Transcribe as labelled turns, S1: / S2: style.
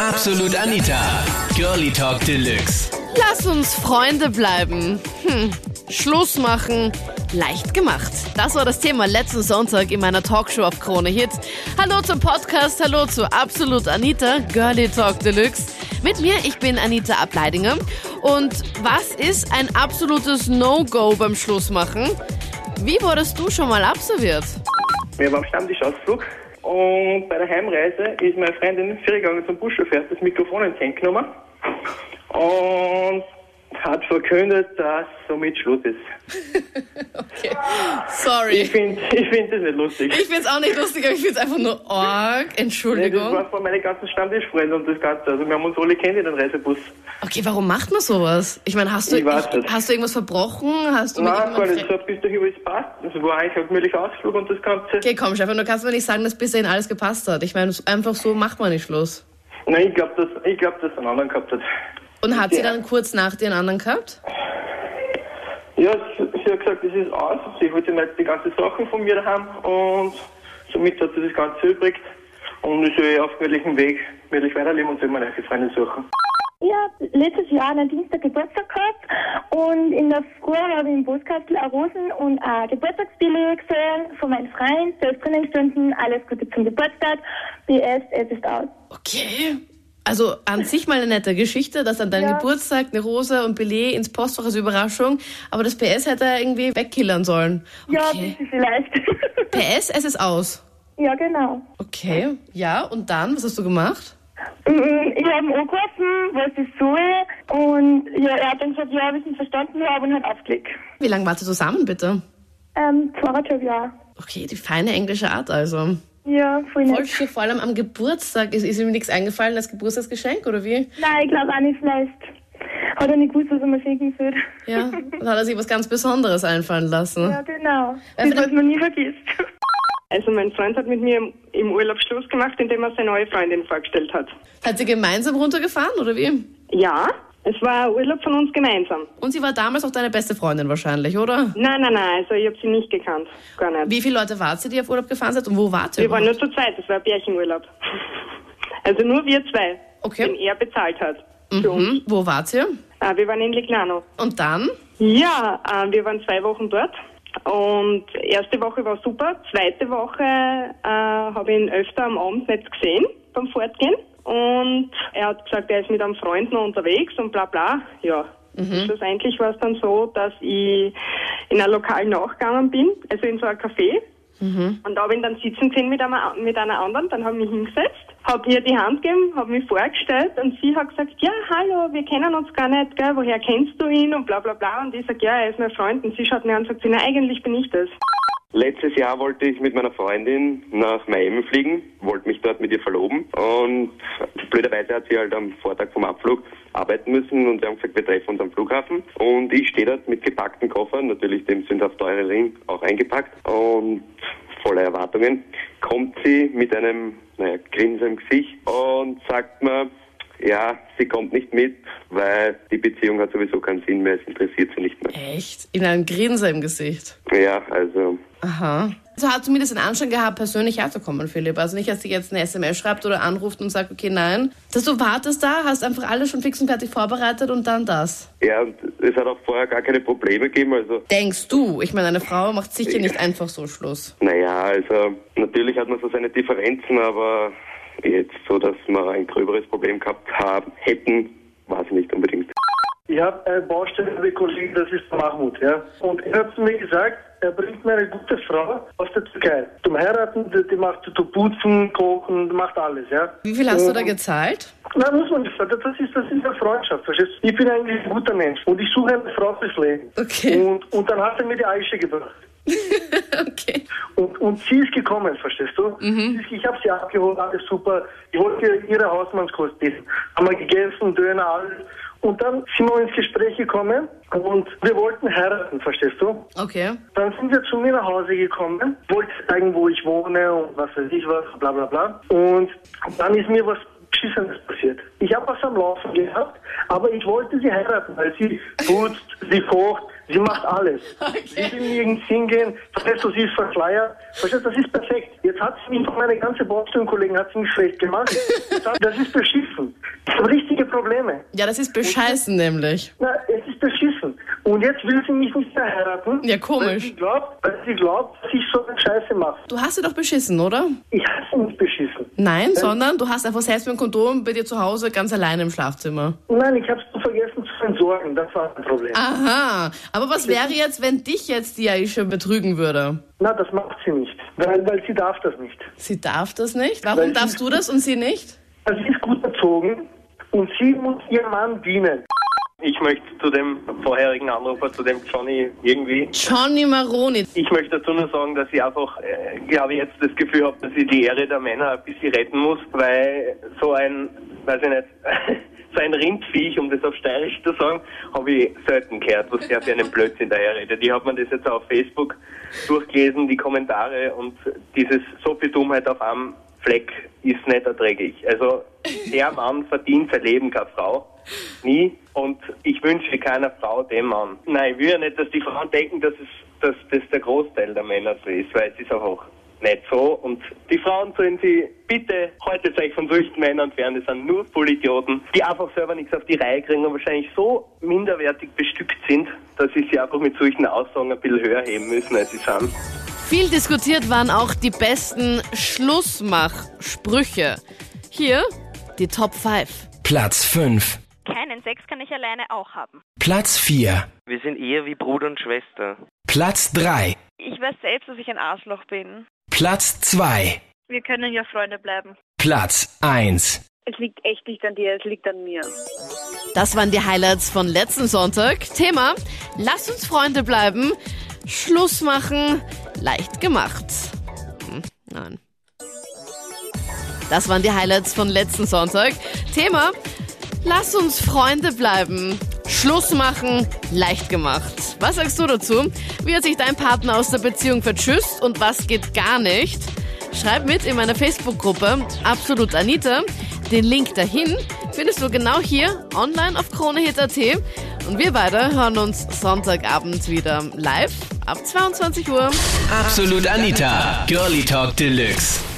S1: Absolut Anita. Girlie Talk Deluxe.
S2: Lass uns Freunde bleiben. Hm. Schluss machen. Leicht gemacht. Das war das Thema letzten Sonntag in meiner Talkshow auf Krone Hit. Hallo zum Podcast, hallo zu Absolut Anita, Girlie Talk Deluxe. Mit mir, ich bin Anita Ableidinger. Und was ist ein absolutes No-Go beim Schlussmachen? Wie wurdest du schon mal absolviert?
S3: Wir waren am Stammtischausflug und bei der Heimreise ist meine Freundin vorgegangen zum Buschauffeur, hat das Mikrofon entgegengenommen und hat verkündet, dass somit Schluss ist.
S2: Okay.
S3: Ich
S2: Sorry.
S3: finde ich find das nicht lustig.
S2: Ich find's auch nicht lustig, aber ich find's einfach nur arg.
S3: Nee, das
S2: Entschuldigung.
S3: war von meinen ganzen Stammtischfreunden und das Ganze. Also wir haben uns alle kennt in den Reisebus.
S2: Okay, warum macht man sowas? Ich meine, hast du,
S3: Ich weiß nicht.
S2: hast du irgendwas verbrochen? Hast du mit
S3: Nein, gar
S2: jemandem
S3: nicht. So ein bisschen über das passt. Das war eigentlich ein gemütlicher Ausflug und das Ganze.
S2: Okay, komm, Stefan, du kannst mir nicht sagen, dass bis dahin alles gepasst hat. Ich meine, einfach so macht man nicht Schluss.
S3: Nein, ich glaube, dass, ich glaub, dass einen anderen gehabt hat.
S2: Und hat sie
S3: Ja.
S2: dann kurz nach den anderen gehabt?
S3: Ja, sie sie hat gesagt, das ist aus. Sie wollte nicht die ganzen Sachen von mir haben und somit hat sie das Ganze übrig. Und ich soll auf gemütlichen Weg wirklich weiterleben und soll mir eine Freundin suchen.
S4: Ja, letztes Jahr einen Dienstag Geburtstag gehabt und in der Früh habe ich im Postkastel eine Rosen- und eine Geburtstagsbilder gesehen von meinem Freund, zwölf Trainingsstunden, alles Gute zum Geburtstag, BS, es ist aus.
S2: Okay. Also an sich mal eine nette Geschichte, dass an deinem
S4: Ja.
S2: Geburtstag eine Rose und Billet ins Postfach als Überraschung, aber das PS hätte er irgendwie wegkillern sollen.
S4: Ja,
S2: Okay.
S4: bitte vielleicht.
S2: PS, es ist aus.
S4: ja, genau.
S2: Okay, ja, und dann, was hast du gemacht?
S4: Mhm, Ich habe ihn angerufen, was ich soll und ja, er hat dann gesagt, ja, habe ich nicht verstanden, ja, und hat aufgelegt.
S2: Wie lange wart ihr zusammen, bitte?
S4: Ähm, zweieinhalb Jahre.
S2: Okay, die feine englische Art also.
S4: Ja, voll
S2: Voll
S4: nett.
S2: schier, vor allem am Geburtstag. Ist, ist ihm nichts eingefallen als Geburtstagsgeschenk, oder wie?
S4: Nein, ich glaube auch nicht vielleicht. Hat er nicht gewusst, was er mir schicken soll.
S2: Ja, dann hat er sich was ganz Besonderes einfallen lassen.
S4: Ja, genau.
S2: Also
S4: Das, was man nie vergisst.
S5: Also mein Freund hat mit mir im- im Urlaub Schluss gemacht, indem er seine neue Freundin vorgestellt hat.
S2: Hat sie gemeinsam runtergefahren, oder wie?
S5: Ja, es war ein Urlaub von uns gemeinsam.
S2: Und sie war damals auch deine beste Freundin wahrscheinlich, oder?
S5: Nein, nein, nein, also ich habe sie nicht gekannt. Gar nicht.
S2: Wie viele Leute wart ihr, die ihr auf Urlaub gefahren seid und wo wart ihr?
S5: Wir waren
S2: überhaupt?
S5: nur zu zweit, es war ein Bärchenurlaub. Also nur wir zwei,
S2: Okay.
S5: den er bezahlt hat. Für uns.
S2: Hm, wo wart ihr?
S5: Ah, wir waren in Lignano.
S2: Und dann?
S5: Ja, äh, wir waren zwei Wochen dort. Und erste Woche war super. Zweite Woche äh, habe ich ihn öfter am Abend nicht gesehen beim Fortgehen. Und er hat gesagt, er ist mit einem Freund noch unterwegs und bla bla. Ja. Schlussendlich war es dann so, dass ich in ein Lokal nachgegangen bin, also in so ein Café. Und da habe ich ihn dann sitzen gesehen mit einer, mit einer anderen, dann habe ich mich hingesetzt, habe ihr die Hand gegeben, habe mich vorgestellt und sie hat gesagt, ja, hallo, wir kennen uns gar nicht, gell, woher kennst du ihn und bla bla bla. Und ich sage, ja, er ist mein Freund und sie schaut mir an und sagt, sie, na, eigentlich bin ich das.
S6: Letztes Jahr wollte ich mit meiner Freundin nach Miami fliegen, wollte mich dort mit ihr verloben und blöderweise hat sie halt am Vortag vom Abflug arbeiten müssen und wir haben gesagt, wir treffen uns am Flughafen und ich stehe dort mit gepackten Koffern, natürlich dem sündhaft teuren Ring auch eingepackt und voller Erwartungen, kommt sie mit einem naja, Grinsen im Gesicht und sagt mir, ja, sie kommt nicht mit, weil die Beziehung hat sowieso keinen Sinn mehr, es interessiert sie nicht mehr.
S2: Echt? In einem Grinsen im Gesicht.
S6: Ja, also
S2: Aha. So hat zumindest den Anschein gehabt, persönlich herzukommen, Philipp. Also nicht, dass sie jetzt eine SMS schreibt oder anruft und sagt, okay, nein. Dass du wartest da, hast einfach alles schon fix und fertig vorbereitet und dann das.
S6: Ja, und es hat auch vorher gar keine Probleme gegeben. Also,
S2: Denkst du? Ich meine, eine Frau macht sicher nicht einfach so Schluss.
S6: naja, also natürlich hat man so seine Differenzen, aber jetzt so, dass wir ein gröberes Problem gehabt haben, hätten, war es nicht unbedingt.
S7: Ich habe eine Baustelle mit Kollegen, das ist der Mahmoud, ja. Und er hat zu mir gesagt, er bringt mir eine gute Frau aus der Türkei. Zum Heiraten, die, die macht zu putzen, kochen, die macht alles, ja.
S2: Wie viel hast du da
S7: Und-
S2: gezahlt?
S7: Na, muss man nicht sagen, das ist, das ist eine Freundschaft, verstehst du? Ich bin eigentlich ein guter Mensch und ich suche eine Frau fürs Leben.
S2: Okay.
S7: Und, und dann hat er mir die Eiche gebracht.
S2: okay.
S7: Und, und sie ist gekommen, verstehst du? Sie ist- Ich habe sie abgeholt, alles super. Ich wollte ihre Hausmannskost essen. Haben wir gegessen, Döner, alles. Und dann sind wir ins Gespräch gekommen und wir wollten heiraten, verstehst du?
S2: Okay.
S7: Dann sind wir zu mir nach Hause gekommen, wollte zeigen, wo ich wohne und was weiß ich was, bla bla bla. Und dann ist mir was Beschissenes passiert. Ich habe was am Laufen gehabt, aber ich wollte sie heiraten, weil sie putzt, sie kocht, sie macht alles.
S2: Okay.
S7: Sie will nirgends hingehen, verstehst du, sie ist verkleiert. Verstehst du, das ist perfekt. Jetzt Jetzt hat sie mich, meine ganze Boston-Kollegen hat sie mich schlecht gemacht. Das ist beschissen. Ich habe richtige Probleme.
S2: Ja, das ist bescheißen nämlich.
S7: Na, es ist beschissen. Und jetzt will sie mich nicht mehr heiraten.
S2: Ja, komisch.
S7: Weil sie glaubt, weil sie glaubt dass ich so eine Scheiße mache.
S2: Du hast sie doch beschissen, oder?
S7: Ich hasse mich beschissen.
S2: Nein, sondern du hast einfach selbst mit dem Kondom bei dir zu Hause ganz alleine im Schlafzimmer.
S7: Nein, ich habe es vergessen zu entsorgen. Das war ein Problem.
S2: Ah. Aha. Aber was wäre jetzt, wenn dich jetzt die Aisha betrügen würde?
S7: Na, das macht sie nicht. Weil, weil sie darf das nicht.
S2: Sie darf das nicht. Warum darfst du das und sie nicht?
S7: Also sie ist gut erzogen und sie muss ihrem Mann dienen.
S8: Ich möchte zu dem vorherigen Anrufer, zu dem Johnny irgendwie,
S2: Johnny Maroni.
S8: ich möchte dazu nur sagen, dass ich einfach, äh, glaube ich, jetzt das Gefühl habe, dass ich die Ehre der Männer ein bisschen retten muss, weil so ein, weiß ich nicht, so ein Rindviech, um das auf steirisch zu sagen, habe ich selten gehört, was der für einen Blödsinn daher redet. Ich habe mir das jetzt auf Facebook durchgelesen, die Kommentare und dieses so viel Dummheit auf einem Fleck ist nicht erträglich. Also der Mann verdient sein Leben keine Frau. Nie. Und ich wünsche keiner Frau den Mann. Nein, ich will ja nicht, dass die Frauen denken, dass, es, dass das der Großteil der Männer so ist, weil es ist einfach nicht so. Und die Frauen sollen sie, bitte haltet euch von solchen Männern fern, das sind nur Vollidioten, die einfach selber nichts auf die Reihe kriegen und wahrscheinlich so minderwertig bestückt sind, dass sie sie einfach mit solchen Aussagen ein bisschen höher heben müssen, als sie sind.
S2: Viel diskutiert waren auch die besten Schlussmachsprüche. Hier die Top 5.
S1: Platz 5.
S9: Keinen Sex kann ich alleine auch haben.
S1: Platz 4.
S10: Wir sind eher wie Bruder und Schwester.
S1: Platz 3.
S9: Ich weiß selbst, dass ich ein Arschloch bin.
S1: Platz 2.
S9: Wir können ja Freunde bleiben.
S1: Platz 1.
S11: Es liegt echt nicht an dir, es liegt an mir.
S2: Das waren die Highlights von letzten Sonntag. Thema: Lasst uns Freunde bleiben. Schluss machen. Leicht gemacht. Hm, nein. Das waren die Highlights von letzten Sonntag. Thema: Lasst uns Freunde bleiben. Schluss machen. Leicht gemacht. Was sagst du dazu? Wie hat sich dein Partner aus der Beziehung vertschüsst und was geht gar nicht? Schreib mit in meiner Facebook-Gruppe Absolut Anita. Den Link dahin findest du genau hier online auf kronehit.at. Und wir beide hören uns Sonntagabend wieder live ab 22 Uhr.
S1: Absolut Anita. Girlie Talk Deluxe.